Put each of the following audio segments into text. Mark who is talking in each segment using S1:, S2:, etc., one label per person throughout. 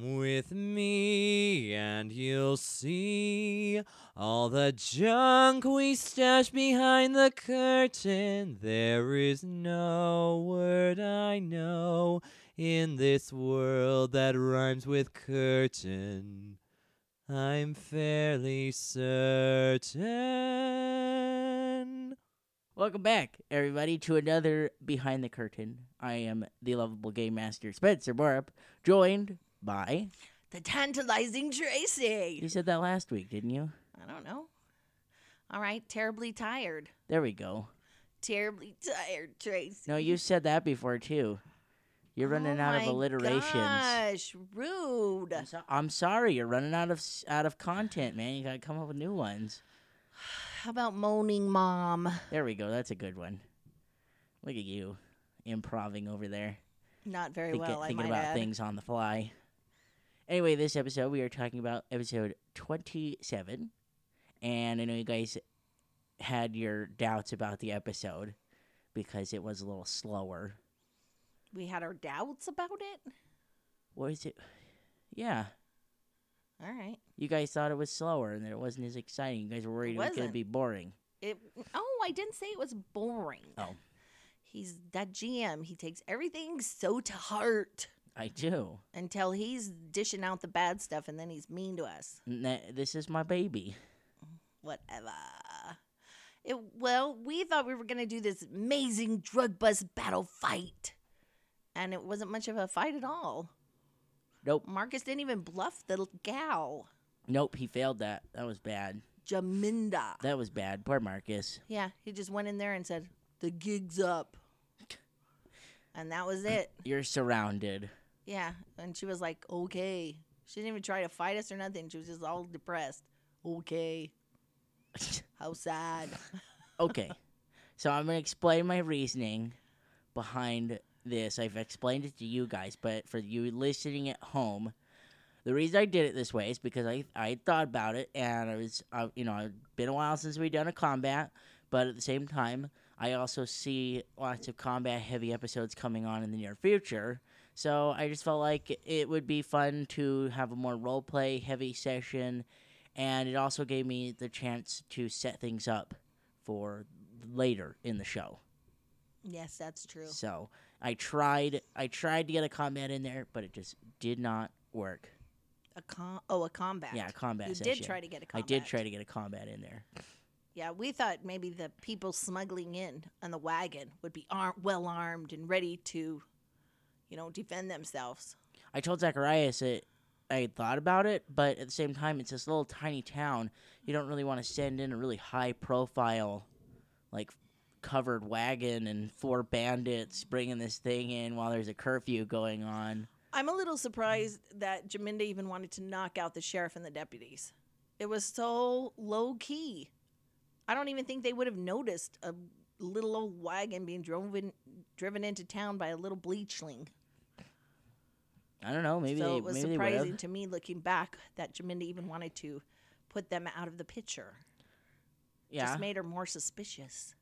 S1: with me, and you'll see all the junk we stash behind the curtain. There is no word I know in this world that rhymes with curtain. I'm fairly certain.
S2: Welcome back, everybody, to another Behind the Curtain. I am the lovable game master Spencer Borup, joined by.
S3: The tantalizing Tracy.
S2: You said that last week, didn't you?
S3: I don't know. All right, terribly tired.
S2: There we go.
S3: Terribly tired, Tracy.
S2: No, you said that before too. You're running
S3: Oh
S2: out of
S3: my
S2: alliterations.
S3: Gosh, rude.
S2: I'm, so- I'm sorry, you're running out of s- out of content, man. You gotta come up with new ones.
S3: How about moaning mom?
S2: There we go. That's a good one. Look at you, improving over there,
S3: Not very
S2: thinking,
S3: well. I
S2: thinking
S3: might
S2: about
S3: add.
S2: things on the fly. Anyway, this episode we are talking about episode 27, and I know you guys had your doubts about the episode because it was a little slower.
S3: We had our doubts about it.
S2: What is it? Yeah.
S3: All right.
S2: You guys thought it was slower and that it wasn't as exciting. You guys were worried it, was going to
S3: wasn't.
S2: be boring.
S3: It. Oh, I didn't say it was boring.
S2: Oh.
S3: He's that GM. He takes everything so to heart
S2: I do.
S3: until he's dishing out the bad stuff, and then he's mean to us.
S2: And that- this is my baby.
S3: whatever. It, well, we thought we were going to do this amazing drug bust battle fight. And it wasn't much of a fight at all.
S2: Nope.
S3: Marcus didn't even bluff the l- gal,
S2: Nope. He failed that. That was bad.
S3: Jaminda.
S2: That was bad. Poor Marcus.
S3: yeah, he just went in there and said, The gig's up. And that was it.
S2: You're surrounded.
S3: Yeah. And she was like, Okay. She didn't even try to fight us or nothing. She was just all depressed. Okay. How sad.
S2: okay. So I'm going to explain my reasoning behind this. I've explained it to you guys, but for you listening at home, the reason I did it this way is because I I thought about it and I was I, you know, it's been a while since we've done a combat, but at the same time, I also see lots of combat heavy episodes coming on in the near future. So I just felt like it would be fun to have a more role play heavy session and it also gave me the chance to set things up for later in the show.
S3: yes, that's true.
S2: So I tried I tried to get a combat in there, but it just did not work.
S3: A com- oh, a combat.
S2: Yeah, a combat
S3: You
S2: session.
S3: did try to get a
S2: I
S3: combat.
S2: did try to get a combat in there.
S3: Yeah, we thought maybe the people smuggling in on the wagon would be ar- well armed and ready to, you know, defend themselves.
S2: I told Zacharias that I had thought about it, but at the same time it's this little tiny town. You don't really want to send in a really high profile like covered wagon and four bandits bringing this thing in while there's a curfew going on.
S3: I'm a little surprised that Jaminda even wanted to knock out the sheriff and the deputies. It was so low key. I don't even think they would have noticed a little old wagon being driven driven into town by a little bleachling.
S2: I don't know, maybe
S3: so
S2: they
S3: it was
S2: maybe they would
S3: surprising to me looking back that Jaminda even wanted to put them out of the picture.
S2: Yeah.
S3: just made her more suspicious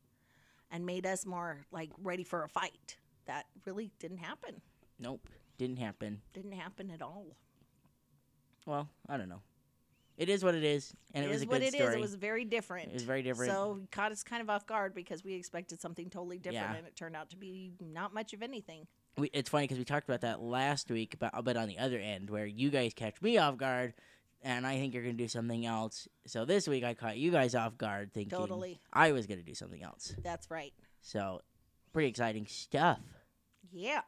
S3: and made us more like ready for a fight. That really didn't happen.
S2: Nope, didn't happen.
S3: Didn't happen at all.
S2: Well, I don't know. It is what it is, and it,
S3: It
S2: was
S3: is
S2: a
S3: what
S2: good
S3: it is.
S2: story.
S3: It was very different.
S2: It was very different.
S3: So it caught us kind of off guard because we expected something totally different,
S2: Yeah.
S3: and it turned out to be not much of anything.
S2: we, it's funny because we talked about that last week, but but on the other end, where you guys catch me off guard, and I think you're gonna do something else. So this week I caught you guys off guard, thinking
S3: Totally.
S2: I was gonna do something else.
S3: That's right.
S2: So pretty exciting stuff.
S3: Yeah.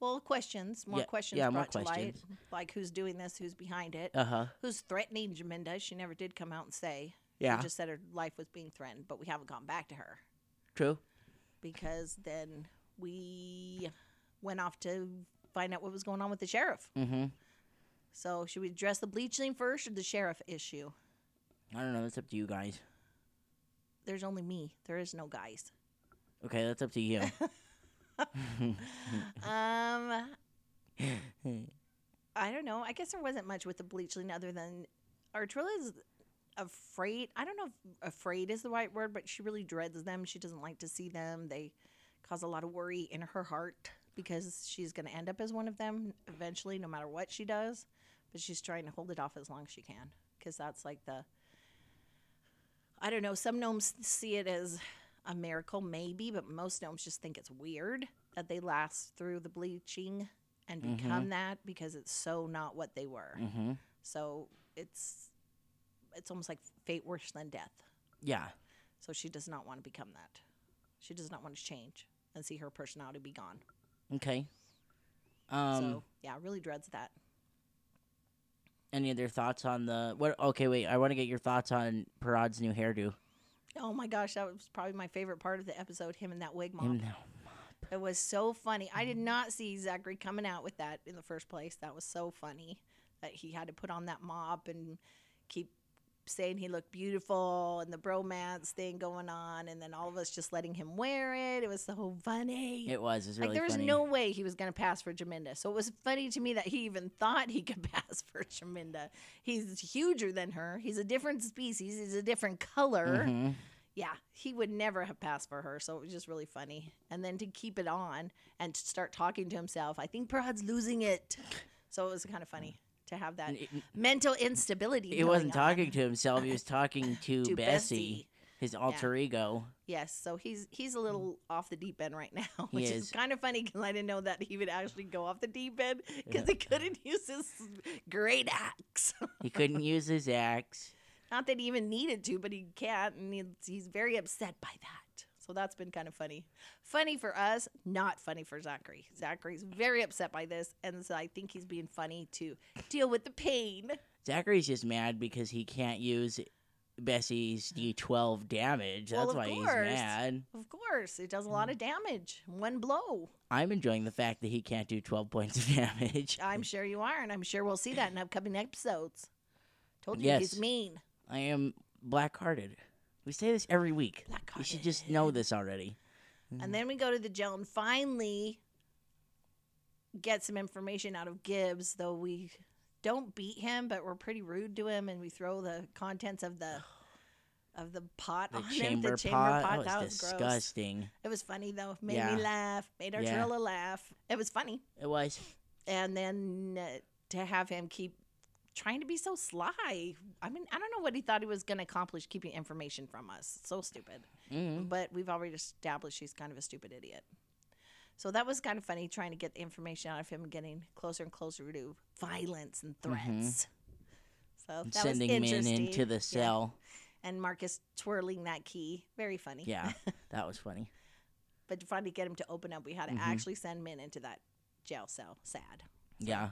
S3: Well, questions. More
S2: Yeah,
S3: questions
S2: yeah, more
S3: brought to light.
S2: questions.
S3: Like who's doing this? Who's behind it?
S2: Uh huh.
S3: who's threatening Jaminda? She never did come out and say.
S2: Yeah.
S3: She just said her life was being threatened, but we haven't gone back to her.
S2: True.
S3: because then we went off to find out what was going on with the sheriff.
S2: Mm-hmm.
S3: So should we address the bleaching first or the sheriff issue?
S2: I don't know. That's up to you guys.
S3: There's only me. There is no guys.
S2: Okay, that's up to you.
S3: Um,
S2: Mm-hmm.
S3: I don't know. I guess there wasn't much with the bleaching other than Artrilla's afraid. I don't know if afraid is the right word, but she really dreads them. She doesn't like to see them. They cause a lot of worry in her heart because she's going to end up as one of them eventually, no matter what she does. but she's trying to hold it off as long as she can because that's like the I don't know. Some gnomes see it as a miracle, maybe, but most gnomes just think it's weird that they last through the bleaching and
S2: Mhm.
S3: become that because it's so not what they were.
S2: Mm-hmm.
S3: So it's it's almost like fate worse than death.
S2: Yeah.
S3: So she does not want to become that. She does not want to change and see her personality be gone.
S2: Okay. Um.
S3: so yeah, really dreads that.
S2: Any other thoughts on the what? Okay, wait. I want to get your thoughts on Parad's new hairdo.
S3: Oh my gosh, that was probably my favorite part of the episode. Him and that wig mom.
S2: Him now.
S3: It was so funny. I did
S2: Mm-hmm.
S3: not see Zachary coming out with that in the first place. That was so funny that he had to put on that mop and keep saying he looked beautiful and the bromance thing going on, and then all of us just letting him wear it. It was so funny.
S2: It was. It's really
S3: like there was
S2: funny.
S3: no way he was going to pass for Jaminda. So it was funny to me that he even thought he could pass for Jaminda. He's huger than her. He's a different species. He's a different color
S2: Mhm.
S3: yeah, he would never have passed for her. So it was just really funny. And then to keep it on and to start talking to himself, I think Prad's losing it. So it was kind of funny to have that
S2: N- n-
S3: mental instability.
S2: He
S3: going
S2: wasn't
S3: on.
S2: talking to himself. He was talking to,
S3: To
S2: Bessie,
S3: Bessie.
S2: his alter ego.
S3: Yes, so he's he's a little off the deep end right now,
S2: He
S3: which is,
S2: is.
S3: kind of funny because I didn't know that he would actually go off the deep end
S2: Yeah.
S3: because he couldn't use his great axe.
S2: He couldn't use his axe.
S3: Not that he even needed to, but he can't, and he's, he's very upset by that. So that's been kind of funny. Funny for us, not funny for Zachary. Zachary's very upset by this, and so I think he's being funny to deal with the pain.
S2: Zachary's just mad because he can't use Bessie's D12 damage.
S3: Well,
S2: That's
S3: of
S2: why he's
S3: course.
S2: mad.
S3: Of course, it does a lot of damage, one blow.
S2: I'm enjoying the fact that he can't do 12 points of damage.
S3: I'm sure you are, and I'm sure we'll see that in upcoming episodes. Told you
S2: Yes.
S3: he's mean.
S2: I am black hearted. We say this every week. You should just know this already.
S3: And then we go to the Joan. Finally, get some information out of Gibbs, though we don't beat him, but we're pretty rude to him, and we throw the contents of the of the pot
S2: The
S3: on him.
S2: chamber
S3: The chamber
S2: pot. That was,
S3: pot. That was, gross.
S2: disgusting.
S3: It was funny though. Made
S2: Yeah.
S3: me laugh. Made our
S2: Yeah.
S3: Trilla laugh. It was funny.
S2: It was.
S3: And then uh, to have him keep trying to be so sly. I mean, I don't know what he thought he was going to accomplish keeping information from us. So stupid
S2: Mm.
S3: but we've already established he's kind of a stupid idiot. So that was kind of funny trying to get the information out of him, and getting closer and closer to violence and threats. So that
S2: Mm-hmm. Sending
S3: was
S2: men
S3: interesting.
S2: into
S3: Yeah.
S2: the cell.
S3: and Marcus twirling that key, very funny.
S2: Yeah, that was funny.
S3: but to finally get him to open up, we had to
S2: Mhm.
S3: actually send Min into that jail cell. Sad.
S2: Yeah.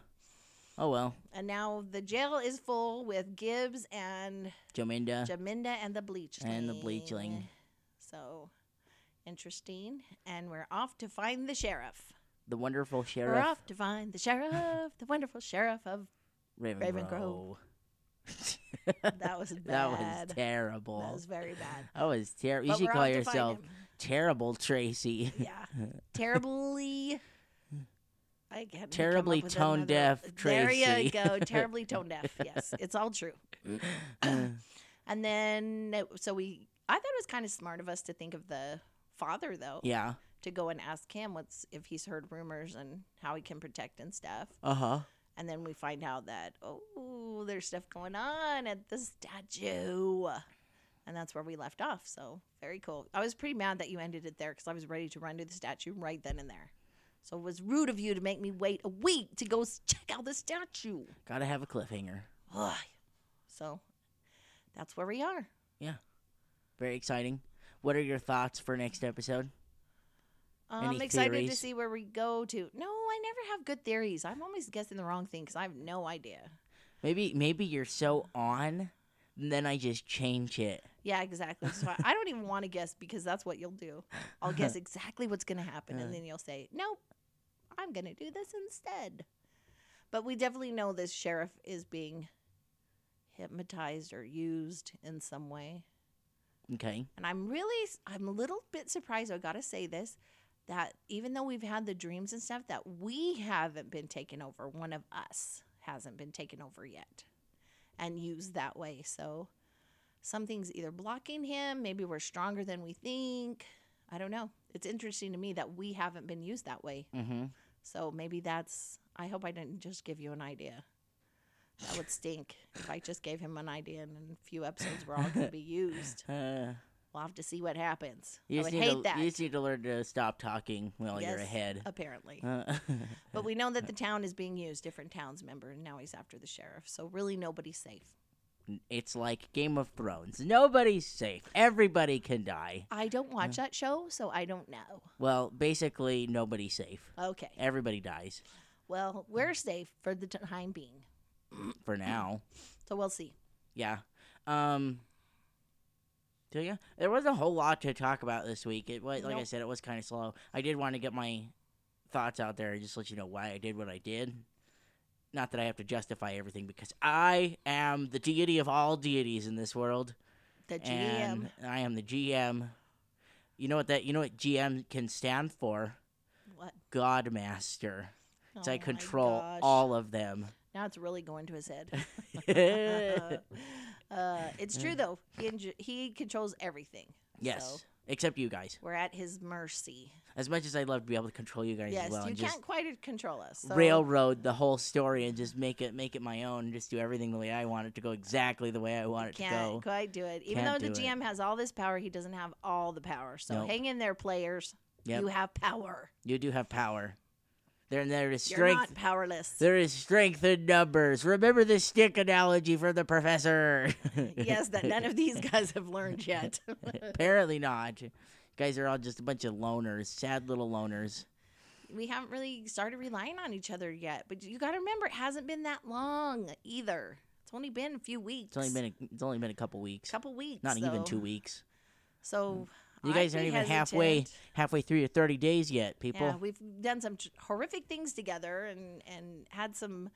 S2: Oh well,
S3: And now the jail is full with Gibbs and
S2: Jominda
S3: Jaminda and the bleachling.
S2: Uh. and the Bleachling,
S3: So interesting. And we're off to find the sheriff.
S2: the wonderful
S3: We're
S2: sheriff
S3: off to find the sheriff, the wonderful sheriff of.
S2: Raven Ravengrove.
S3: Ravengrove. That was bad.
S2: that was terrible.
S3: That was very bad.
S2: That was terrible. You
S3: But
S2: should
S3: we're
S2: call
S3: off to find
S2: yourself
S3: him.
S2: Terrible Tracy.
S3: Yeah, terribly. I can't even
S2: Terribly
S3: come up with
S2: tone deaf
S3: There
S2: Tracy.
S3: you go. Terribly tone deaf. Yes, it's all true. And then, so we. I thought it was kind of smart of us to think of the father though
S2: yeah.
S3: to go and ask him what's if he's heard rumors and how he can protect and stuff.
S2: Uh huh.
S3: And then we find out that, oh, there's stuff going on at the statue. And that's where we left off. So very cool. I was pretty mad that you ended it there because I was ready to run to the statue right then and there. So it was rude of you to make me wait a week to go s- check out the statue.
S2: Gotta have a cliffhanger.
S3: Ugh. So that's where we are.
S2: Very exciting. What are your thoughts for next episode?
S3: I'm
S2: Any
S3: excited to
S2: theories?
S3: see where we go to. No, I never have good theories. I'm always guessing the wrong thing because I have no idea.
S2: Maybe maybe you're so on, and then I just change it.
S3: Yeah, exactly. So I I don't even want to guess because that's what you'll do. I'll guess exactly what's going to happen,
S2: Uh.
S3: and then you'll say, "Nope, I'm going to do this instead." But we definitely know this sheriff is being hypnotized or used in some way,
S2: Okay.
S3: and I'm really, s- I'm a little bit surprised. I got to say this. That even though we've had the dreams and stuff, that we haven't been taken over. One of us hasn't been taken over yet and used that way. So something's either blocking him, maybe we're stronger than we think. I don't know. It's interesting to me that we haven't been used that way.
S2: Mm-hmm.
S3: So maybe that's I hope I didn't just give you an idea. That would stink if I just gave him an idea and then a few episodes were all going to be used.
S2: Uh,
S3: We'll have to see what happens.
S2: you
S3: I
S2: just
S3: would
S2: need
S3: hate
S2: to,
S3: that.
S2: You just need to learn to stop talking while you're
S3: Yes,
S2: ahead.
S3: Apparently.
S2: Uh,
S3: But we know that the town is being used, different towns member, and now he's after the sheriff. So really nobody's safe.
S2: it's like Game of Thrones. Nobody's safe. Everybody can die.
S3: I don't watch that show, so I don't know.
S2: Well, basically, nobody's safe.
S3: Okay.
S2: Everybody dies
S3: Well, we're safe for the time being.
S2: for
S3: Mm.
S2: now.
S3: So we'll see.
S2: Yeah. Um. So yeah, there was a whole lot to talk about this week. It was like I
S3: Nope.
S2: said, it was kind of slow. I did want to get my thoughts out there and just let you know why I did what I did. Not that I have to justify everything because I am the deity of all deities in this world,
S3: The GM.
S2: and I am the GM. You know what that? You know what GM can stand for?
S3: what?
S2: God Master. So I
S3: Oh my
S2: control
S3: gosh.
S2: all of them.
S3: Now it's really going to his head.
S2: yes,
S3: uh, it's true though. He enj- he controls everything. So
S2: except you guys.
S3: we're at his mercy.
S2: as much as I'd love to be able to control you guys
S3: Yes,
S2: as well
S3: you
S2: and just
S3: can't quite control us. So
S2: railroad the whole story and just make it make it my own and just do everything the way I want it to go exactly the way I want
S3: you
S2: it to
S3: Can't
S2: go.
S3: quite do it. Even
S2: Can't
S3: though the
S2: do it.
S3: GM has all this power, he doesn't have all the power. So
S2: Nope.
S3: hang in there, players.
S2: Yep.
S3: You have power.
S2: You do have power. There there is
S3: You're
S2: strength
S3: not powerless.
S2: there is strength in numbers. Remember the stick analogy from the professor.
S3: yes, that none of these guys have learned yet.
S2: Apparently not. You guys are all just a bunch of loners, sad little loners.
S3: we haven't really started relying on each other yet. But you got to remember, it hasn't been that long either. It's only been a few
S2: It's
S3: weeks.
S2: only been a, it's only been a couple weeks.
S3: couple weeks.
S2: not even
S3: so-
S2: 2 weeks.
S3: So
S2: You
S3: I'd
S2: guys aren't
S3: be
S2: even halfway
S3: hesitant.
S2: halfway through your 30 days yet, people.
S3: Yeah, we've done some tr- horrific things together and and had some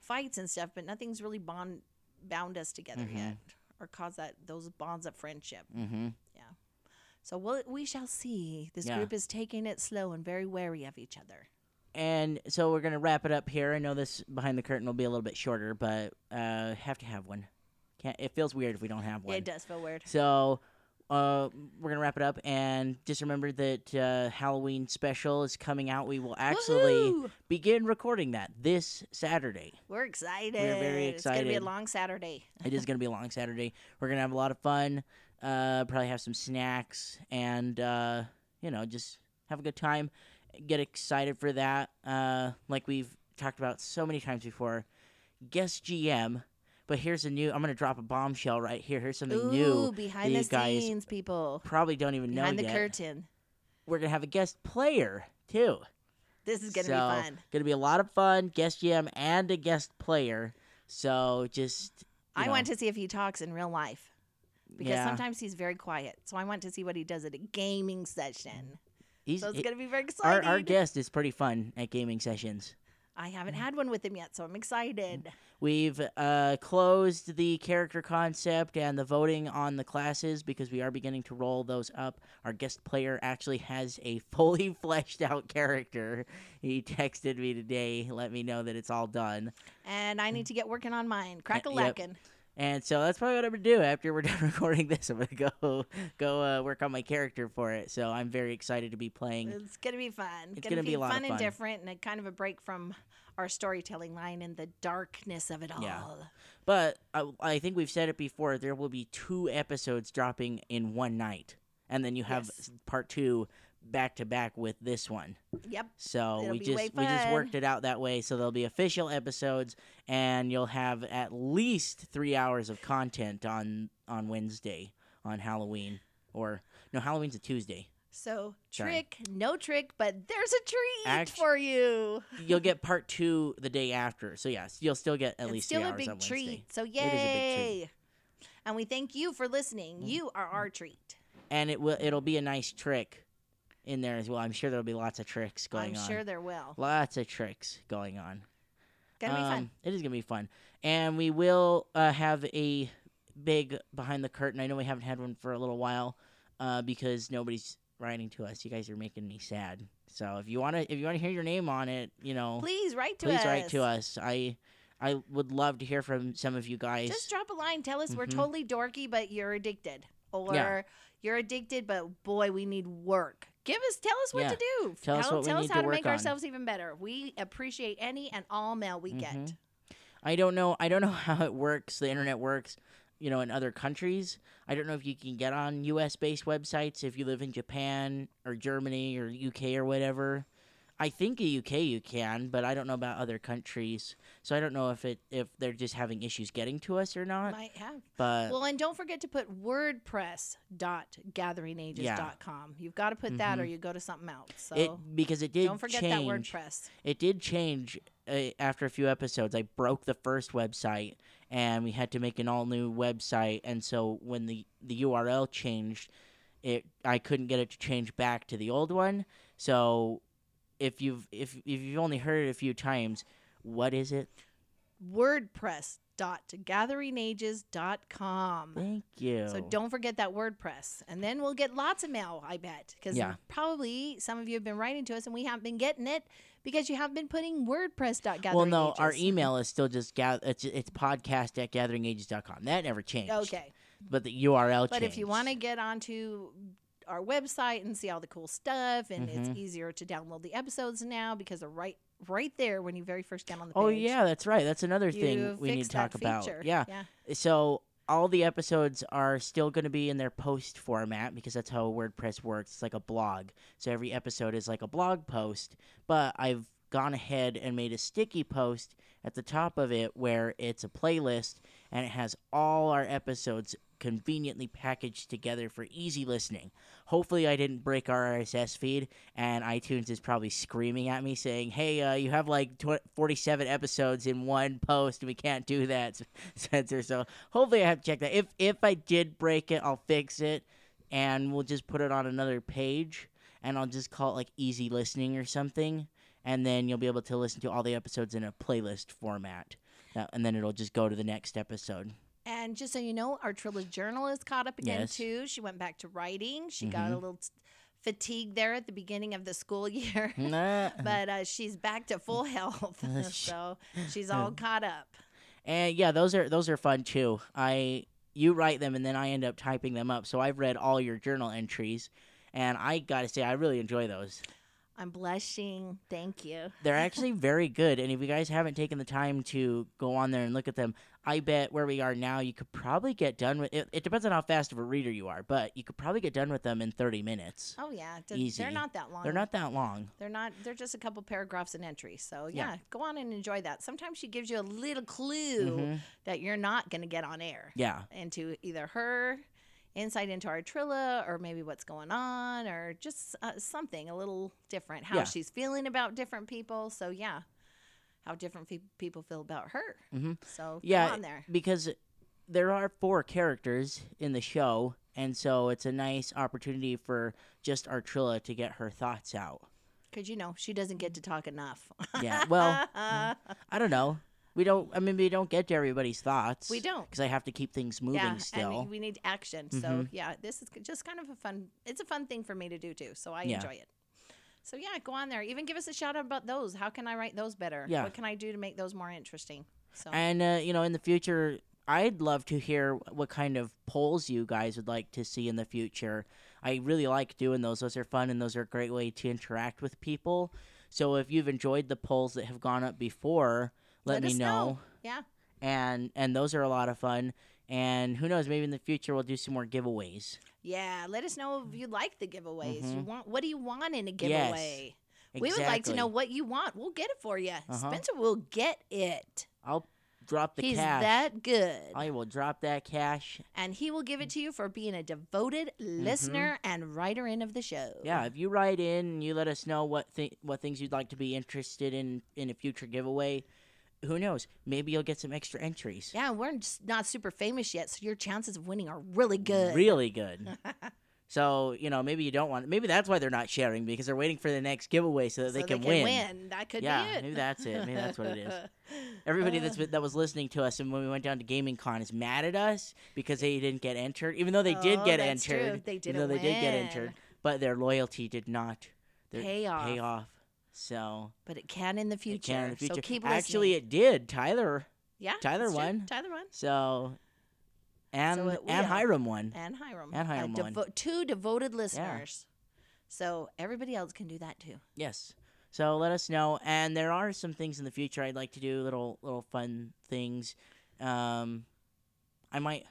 S3: fights and stuff, but nothing's really bond bound us together
S2: Mhm.
S3: yet or caused that those bonds of friendship.
S2: mm-hmm.
S3: So we'll, we shall see. This
S2: Yeah.
S3: group is taking it slow and very wary of each other.
S2: And so we're gonna wrap it up here. I know this behind the curtain will be a little bit shorter, but uh, have to have one. Can't, it feels weird if we don't have one.
S3: It does feel weird.
S2: So uh, we're gonna wrap it up, and just remember that uh, Halloween special is coming out. We will actually
S3: Woohoo!
S2: begin recording that this Saturday.
S3: We're excited. It's going to be a
S2: excited.
S3: long Saturday.
S2: It is gonna be a long Saturday. We're gonna have a lot of fun. Uh, probably have some snacks, and uh, you know, just have a good time. Get excited for that. Uh, like we've talked about so many times before. Guess GM. But here's a new. I'm gonna drop a bombshell right here. Here's something
S3: Ooh,
S2: new.
S3: behind
S2: the
S3: the
S2: guys
S3: scenes, people.
S2: Probably don't even know
S3: Behind the
S2: yet.
S3: curtain.
S2: We're gonna have a guest player too.
S3: This is going to
S2: So,
S3: be fun.
S2: Gonna be a lot of fun. Guest GM and a guest player. So just. you
S3: I
S2: know,
S3: want to see if he talks in real life. because
S2: yeah.
S3: sometimes he's very quiet. So I want to see what he does at a gaming session.
S2: He's-
S3: So it's
S2: he-
S3: going to be very
S2: our,
S3: exciting.
S2: our guest is pretty fun at gaming sessions.
S3: I haven't had one with him yet, so I'm excited.
S2: Mm. We've uh, closed the character concept and the voting on the classes because we are beginning to roll those up. Our guest player actually has a fully fleshed out character. He texted me today, let me know that it's all done.
S3: And I need to get working on mine. Crack a
S2: Mm. yep.
S3: lackin'.
S2: And so that's probably what I'm gonna do after we're done recording this. I'm gonna go go uh, work on my character for it. So I'm very excited to be playing.
S3: It's going to be fun. It's
S2: gonna be a lot of
S3: fun and
S2: fun.
S3: different and a kind of a break from our storytelling line and the darkness of it all.
S2: Yeah. But I, I think we've said it before. There will be two episodes dropping in one night, and then you have
S3: Yes.
S2: part two back to back with this one.
S3: Yep.
S2: So
S3: It'll
S2: we
S3: be
S2: just
S3: way
S2: we just
S3: fun.
S2: worked it out that way. So there'll be official episodes, and you'll have at least three hours of content on on Wednesday on Halloween, or no, Halloween's a Tuesday.
S3: So
S2: Sorry.
S3: trick, no trick, but there's a treat
S2: Act-
S3: for you.
S2: You'll get part two the day after. So yes, you'll still get at
S3: it's
S2: least
S3: still
S2: three
S3: a
S2: hours on
S3: big
S2: Wednesday.
S3: treat. So
S2: a big treat. Mm.
S3: yay. And we thank you for listening. You are our treat.
S2: and it will it'll be a nice trick in there as well. I'm sure there'll be lots of tricks going
S3: I'm
S2: on.
S3: sure there will.
S2: lots of tricks going on.
S3: Gonna be fun.
S2: Um, It is gonna be fun, and we will uh, have a big behind the curtain. I know we haven't had one for a little while uh, because nobody's writing to us. You guys are making me sad. So if you wanna if you wanna hear your name on it, you know,
S3: Please write to
S2: Um, please
S3: us.
S2: write to us. I I would love to hear from some of you guys.
S3: Just drop a line. Tell us we're
S2: Mhm.
S3: totally dorky, but you're addicted, or
S2: Yeah.
S3: you're addicted, but boy, we need work. Give us, tell us what
S2: Yeah.
S3: to do.
S2: Tell us what we
S3: tell
S2: need
S3: us
S2: to
S3: how to
S2: work
S3: make
S2: on.
S3: ourselves even better. We appreciate any and all mail we get.
S2: Mhm. I don't know. I don't know how it works. The internet works, you know, in other countries. I don't know if you can get on U.S. based websites if you live in Japan or Germany or UK or whatever. I think the UK you can, but I don't know about other countries. So I don't know if it if they're just having issues getting to us or not.
S3: Might have.
S2: but
S3: Well, and don't forget to put wordpress.gatheringages.com. You've got to put that or you go to something else. So
S2: Mm-hmm. it because it did
S3: don't forget
S2: change.
S3: that WordPress.
S2: It did change uh, after a few episodes. I broke the first website and we had to make an all new website. And so when the, the URL changed, it I couldn't get it to change back to the old one. So if you've if if you've only heard it a few times, what is it?
S3: wordpress.gatheringages.com.
S2: Thank you.
S3: So don't forget that WordPress. And then we'll get lots of mail, I bet, because
S2: Yeah.
S3: probably some of you have been writing to us and we haven't been getting it because you haven't been putting wordpress.gatheringages.
S2: well, no, our email is still just gather. It's, it's podcast at gatheringages.com. That never changed.
S3: Okay.
S2: But the URL
S3: But if you want to
S2: to,
S3: get onto our website and see all the cool stuff, and
S2: Mm-hmm.
S3: it's easier to download the episodes now because they're right right there when you very first get on the page.
S2: Oh, yeah, that's right. That's another
S3: you
S2: thing we need
S3: fix
S2: to talk
S3: that
S2: about.
S3: feature.
S2: Yeah.
S3: yeah.
S2: So all the episodes are still going to be in their post format because that's how WordPress works. It's like a blog. So every episode is like a blog post, but I've gone ahead and made a sticky post at the top of it where it's a playlist and it has all our episodes conveniently packaged together for easy listening. Hopefully I didn't break our RSS feed and iTunes is probably screaming at me saying, "Hey, uh, you have like tw- 47 episodes in one post and we can't do that." Censor. So hopefully I have to check that. If if I did break it, I'll fix it and we'll just put it on another page and I'll just call it like easy listening or something and then you'll be able to listen to all the episodes in a playlist format. Uh, and then it'll just go to the next episode.
S3: And just so you know, our Trilla journal is caught up again
S2: Yes. Mm-hmm.
S3: too. She went back to writing. She got a little fatigued there at the beginning of the school year.
S2: Nah.
S3: But uh, she's back to full health, so she's all caught up.
S2: And yeah, those are those are fun too. I you write them and then I end up typing them up. So I've read all your journal entries and I got to say I really enjoy those.
S3: I'm blushing. Thank you.
S2: They're actually very good and if you guys haven't taken the time to go on there and look at them, I bet where we are now you could probably get done with it. It depends on how fast of a reader you are, but you could probably get done with them in 30 minutes.
S3: Oh yeah, Th-
S2: Easy.
S3: they're not that long.
S2: They're not that long.
S3: They're not. They're just a couple paragraphs and entries. So yeah,
S2: Yeah.
S3: go on and enjoy that. Sometimes she gives you a little clue
S2: Mhm.
S3: that you're not going to get on air
S2: Yeah.
S3: into either her insight into our Trilla or maybe what's going on or just uh, something a little different. How
S2: Yeah.
S3: she's feeling about different people. So yeah, how different fe- people feel about her.
S2: Mhm.
S3: So
S2: Yeah,
S3: go on there.
S2: because there are four characters in the show, and so it's a nice opportunity for just Artrilla to get her thoughts out.
S3: Because, you know, she doesn't get to talk enough.
S2: Yeah, well, mm-hmm. I don't know. We don't. I mean, we don't get to everybody's thoughts.
S3: We don't.
S2: because I have to keep things moving still. Mm-hmm.
S3: and we need action. So yeah, this is c- just kind of a fun. It's a fun thing for me to do too. So I
S2: Yeah.
S3: enjoy it. So yeah, go on there. Even give us a shout out about those. How can I write those better?
S2: Yeah.
S3: What can I do to make those more interesting? So
S2: And uh, you know, in the future, I'd love to hear what kind of polls you guys would like to see in the future. I really like doing those. Those are fun, and those are a great way to interact with people. So if you've enjoyed the polls that have gone up before, let, me
S3: us
S2: know.
S3: Yeah.
S2: And and those are a lot of fun. And who knows, maybe in the future we'll do some more giveaways.
S3: Yeah. Let us know
S2: Mm.
S3: if you like the giveaways. You
S2: Mhm.
S3: want what do you want in a giveaway? We would like to know
S2: Exactly.
S3: what you want. We'll get it for you.
S2: Uh-huh.
S3: Spencer will get it.
S2: I'll drop the
S3: He's
S2: cash.
S3: that good.
S2: I will drop that cash.
S3: and he will give it to you for being a devoted listener and writer in of the show.
S2: Mm-hmm. Yeah, if you write in and you let us know what thi- what things you'd like to be interested in in a future giveaway, who knows? Maybe you'll get some extra entries.
S3: Yeah, we're just not super famous yet, so your chances of winning are really good.
S2: Really good. so, you know, maybe you don't want maybe that's why they're not sharing because they're waiting for the next giveaway so that
S3: So
S2: they, can, win.
S3: That could
S2: yeah,
S3: be it.
S2: maybe that's it. Maybe that's what it is. Everybody that's been- that was listening to us and when we went down to Gaming Con is mad at us because they didn't get entered, even though they did
S3: Oh,
S2: get
S3: that's true.
S2: entered.
S3: They
S2: even though
S3: didn't
S2: they did get
S3: win.
S2: entered, but their loyalty did not their
S3: Pay off.
S2: Pay off. So
S3: But it can in the future.
S2: It can in the future.
S3: So keep
S2: Actually,
S3: listening.
S2: it did. Tyler.
S3: yeah,
S2: Tyler
S3: that's true.
S2: won.
S3: Tyler won.
S2: So, and
S3: So it will.
S2: and Hiram won.
S3: And Hiram.
S2: And
S3: Uh,
S2: Hiram won.
S3: devo- two devoted listeners. So everybody else can do that too.
S2: Yes. So let us know. And there are some things in the future I'd like to do, little little fun things. Um, I might,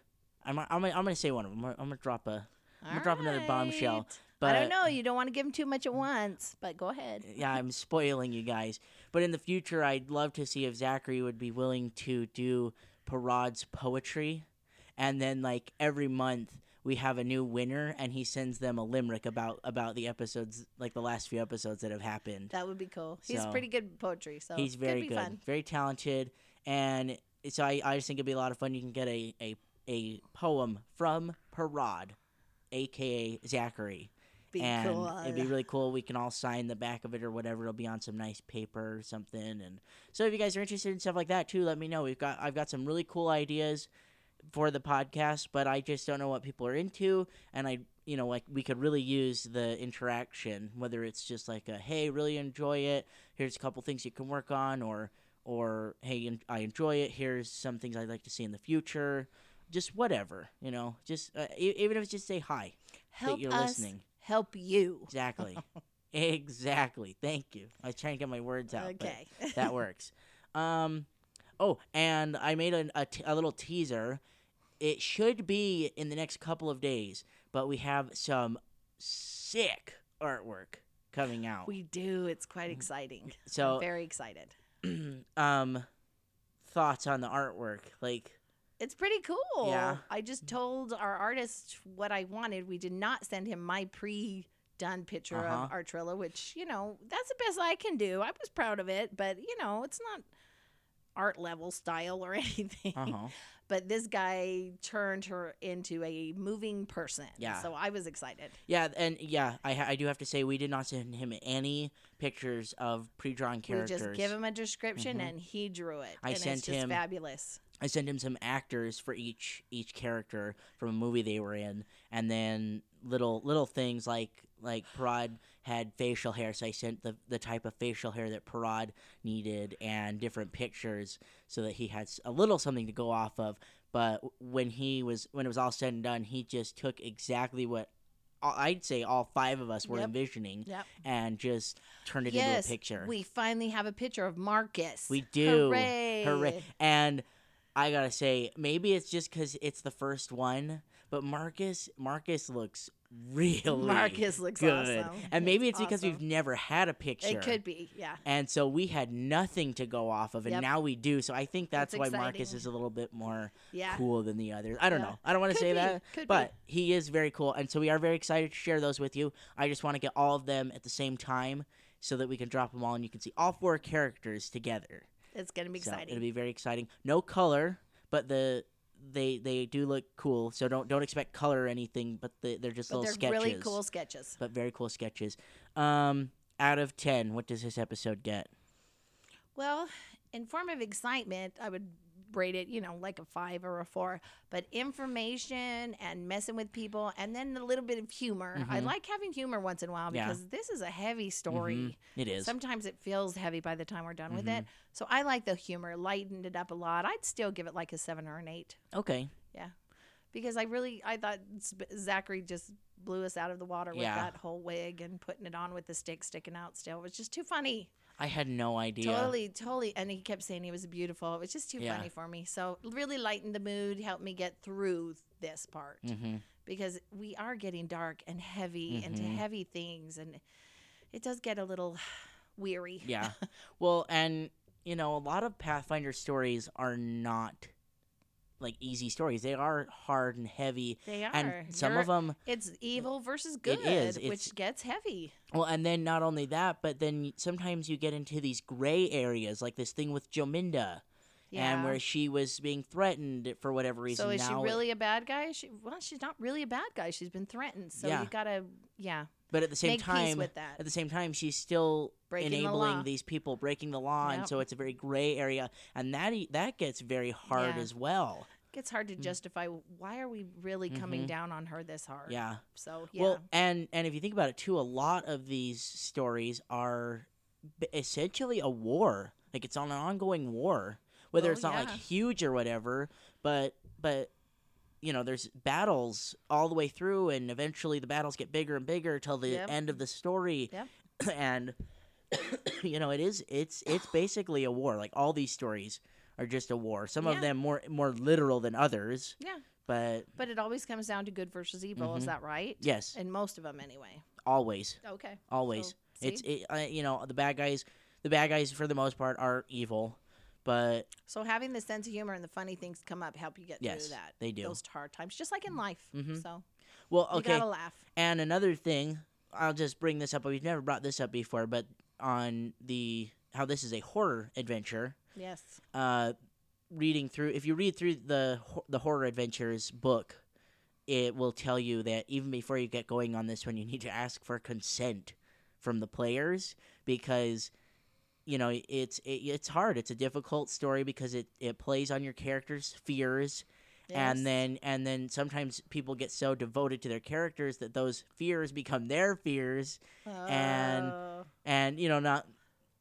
S2: I might, I'm gonna, I'm gonna say one of them. I'm gonna drop a, I'm gonna drop another bombshell.
S3: Alright.
S2: But Uh,
S3: I don't know. You don't want to give them too much at once, but go ahead.
S2: yeah, I'm spoiling you guys. But in the future, I'd love to see if Zachary would be willing to do Parad's poetry, and then like every month we have a new winner, and he sends them a limerick about about the episodes, like the last few episodes that have happened.
S3: That would be cool. He's
S2: So-
S3: pretty good at poetry, so
S2: He's very
S3: could be
S2: good,
S3: fun.
S2: very talented, and so I, I just think it'd be a lot of fun. You can get a a, a poem from Parad, aka Zachary
S3: Be
S2: and
S3: cool. uh,
S2: it'd be really cool. We can all sign the back of it or whatever. It'll be on some nice paper or something. And so, if you guys are interested in stuff like that too, let me know. We've got I've got some really cool ideas for the podcast, but I just don't know what people are into. And I, you know, like we could really use the interaction, whether it's just like a hey, really enjoy it. Here's a couple things you can work on, or or hey, en- I enjoy it. Here's some things I'd like to see in the future. Just whatever, you know. Just uh, e- even if it's just say hi.
S3: help
S2: you're
S3: us
S2: listening.
S3: help you.
S2: Exactly. exactly. Thank you. I was trying to get my words out,
S3: Okay.
S2: but that works. Um, oh, and I made an, a, t- a little teaser. It should be in the next couple of days, but we have some sick artwork coming out.
S3: we do. It's quite exciting. I'm
S2: Mm. so,
S3: very excited.
S2: um, thoughts on the artwork? Like,
S3: It's pretty cool.
S2: Yeah. Mm.
S3: I just told our artist what I wanted. We did not send him my pre done picture
S2: Uh-huh.
S3: of our Trilla, which, you know, that's the best I can do. I was proud of it, but, you know, it's not art level style or anything.
S2: uh huh.
S3: But this guy turned her into a moving person.
S2: Yeah.
S3: So I was excited.
S2: Yeah, and yeah, I, ha- I do have to say we did not send him any pictures of pre-drawn characters.
S3: We just give him a description
S2: Mhm.
S3: and he drew it.
S2: I
S3: and
S2: sent
S3: it's just
S2: him-
S3: fabulous.
S2: I sent him some actors for each each character from a movie they were in, and then little little things like like Parad had facial hair, so I sent the the type of facial hair that Parad needed and different pictures so that he had s- a little something to go off of. But w- when he was when it was all said and done, he just took exactly what all- I'd say all five of us were
S3: Yep.
S2: envisioning
S3: Yep.
S2: and just turned it into a picture.
S3: We finally have a picture of Marcus.
S2: We do.
S3: Hooray.
S2: Hooray. And I gotta say, maybe it's just because it's the first one, but Marcus Marcus looks really
S3: Marcus looks
S2: good.
S3: awesome.
S2: And maybe it's
S3: Looks
S2: because we've
S3: awesome.
S2: never had a picture.
S3: It could be, yeah.
S2: And so we had nothing to go off of, and
S3: Yep.
S2: now we do. So I think that's,
S3: That's
S2: why Marcus
S3: exciting.
S2: is a little bit more
S3: Yeah.
S2: cool than the others. I don't
S3: Yeah.
S2: know. I don't want to
S3: Could
S2: say
S3: be,
S2: that,
S3: could be.
S2: but he is very cool, and so we are very excited to share those with you. I just want to get all of them at the same time so that we can drop them all, and you can see all four characters together.
S3: It's gonna be
S2: So
S3: exciting.
S2: it'll be very exciting. No color, but the they they do look cool. So don't don't expect color or anything, but the, they're just
S3: but
S2: little
S3: they're
S2: sketches.
S3: really cool sketches.
S2: But very cool sketches. Um, out of ten, what does this episode get?
S3: Well, in form of excitement, I would rate it, you know, like a five or a four. But information and messing with people, and then a little bit of humor. I
S2: Mhm.
S3: like having humor once in a while
S2: Yeah.
S3: because this is a heavy story.
S2: Mhm. It is.
S3: Sometimes it feels heavy by the time we're done with
S2: Mhm.
S3: it. So I like the humor, lightened it up a lot. I'd still give it like a seven or an eight
S2: okay.
S3: because I really I thought Z- Zachary just blew us out of the water with
S2: Yeah.
S3: that whole wig and putting it on with the stick sticking out still. It was just too funny.
S2: I had no idea.
S3: Totally, totally. And he kept saying he was beautiful. It was just too
S2: Yeah.
S3: funny for me. So really lightened the mood, helped me get through this part
S2: hmm
S3: because we are getting dark and heavy into
S2: Mhm.
S3: heavy things, and it does get a little weary.
S2: Yeah. well, and you know, a lot of Pathfinder stories are not like easy stories. They are hard and heavy,
S3: They are.
S2: and some
S3: You're-
S2: of them
S3: it's evil versus
S2: It
S3: good,
S2: is. It's-
S3: which gets heavy.
S2: Well, and then not only that, but then y- sometimes you get into these gray areas, like this thing with Jominda,
S3: Yeah.
S2: and where she was being threatened for whatever reason.
S3: So is she
S2: now it-
S3: really a bad guy? She, well, she's not really a bad guy. She's been threatened. So
S2: Yeah.
S3: you gotta, yeah,
S2: but at the same
S3: make peace
S2: time,
S3: with that.
S2: at the same time, she's still
S3: Breaking the
S2: enabling
S3: law.
S2: these people, breaking the law, and
S3: Yep.
S2: so it's a very gray area, and that e- that gets very hard
S3: Yeah.
S2: as well.
S3: It's hard
S2: Mm-hmm.
S3: to justify why are we really coming
S2: Mhm.
S3: down on her this hard.
S2: Yeah.
S3: So yeah,
S2: Well, and and if you think about it too, a lot of these stories are b- essentially a war. Like it's on an ongoing war, whether
S3: Oh,
S2: it's not
S3: yeah.
S2: like huge or whatever, but but you know, there's battles all the way through, and eventually the battles get bigger and bigger till the
S3: Yep.
S2: end of the story.
S3: Yep.
S2: and you know, it is it's it's basically a war. Like all these stories are just a war. Some
S3: Yeah.
S2: of them more more literal than others,
S3: Yeah,
S2: but
S3: but it always comes down to good versus evil. Is
S2: Mhm.
S3: that right?
S2: yes,
S3: In most of them, anyway.
S2: always,
S3: Okay.
S2: always.
S3: So,
S2: it's
S3: see?
S2: it, uh, you know the bad guys. The bad guys for the most part are evil, but
S3: so having the sense of humor and the funny things come up help you get
S2: yes,
S3: through that.
S2: they do.
S3: Those hard times, just like in life.
S2: Mhm.
S3: So
S2: well,
S3: you
S2: okay.
S3: gotta laugh.
S2: And another thing, I'll just bring this up. We've never brought this up before, but on the how this is a horror adventure.
S3: Yes.
S2: Uh, reading through, if you read through the ho- the horror adventures book, it will tell you that even before you get going on this one, you need to ask for consent from the players because you know it's it, it's hard. It's a difficult story because it it plays on your characters' fears
S3: Yes.
S2: and then and then sometimes people get so devoted to their characters that those fears become their fears and
S3: Oh.
S2: and you know not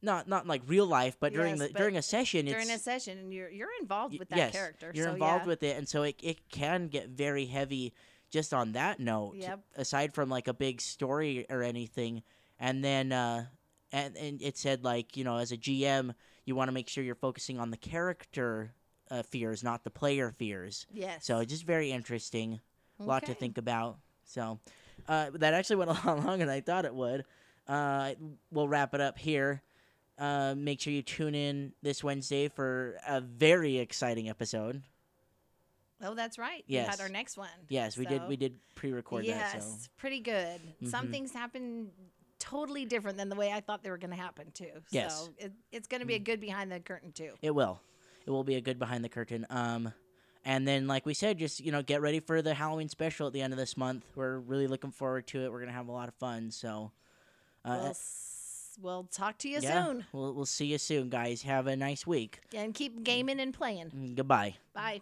S2: not not like real life but during
S3: Yes,
S2: the
S3: but
S2: during a session
S3: during a
S2: it's
S3: session, and you're you're involved
S2: y-
S3: with that
S2: yes,
S3: character.
S2: you're
S3: so
S2: involved
S3: yeah.
S2: with it and so it, it can get very heavy just on that note
S3: Yep.
S2: aside from like a big story or anything and then uh and, and it said like you know as a gm you want to make sure you're focusing on the character uh, fears not the player fears
S3: Yes.
S2: so just very interesting
S3: a
S2: lot to think about. So uh, that actually went a lot longer than I thought it would. Uh, we'll wrap it up here. Uh, make sure you tune in this Wednesday for a very exciting episode.
S3: Oh, that's right. We
S2: Yes.
S3: had our next one.
S2: Yes, we did.
S3: So-
S2: We did pre-record
S3: yes,
S2: that. So
S3: pretty good. Some
S2: Mhm.
S3: things happen totally different than the way I thought they were going to happen too.
S2: Yes. Mm-hmm.
S3: So it, it's going to be a good behind the curtain too.
S2: it will. It will be a good behind the curtain. Um, and then, like we said, just you know, get ready for the Halloween special at the end of this month. We're really looking forward to it. We're gonna have a lot of fun. So, uh,
S3: we'll, s- we'll talk to you
S2: yeah,
S3: soon
S2: We'll, we'll see you soon, guys. Have a nice week. Mm,
S3: and keep gaming and playing.
S2: Goodbye.
S3: Bye.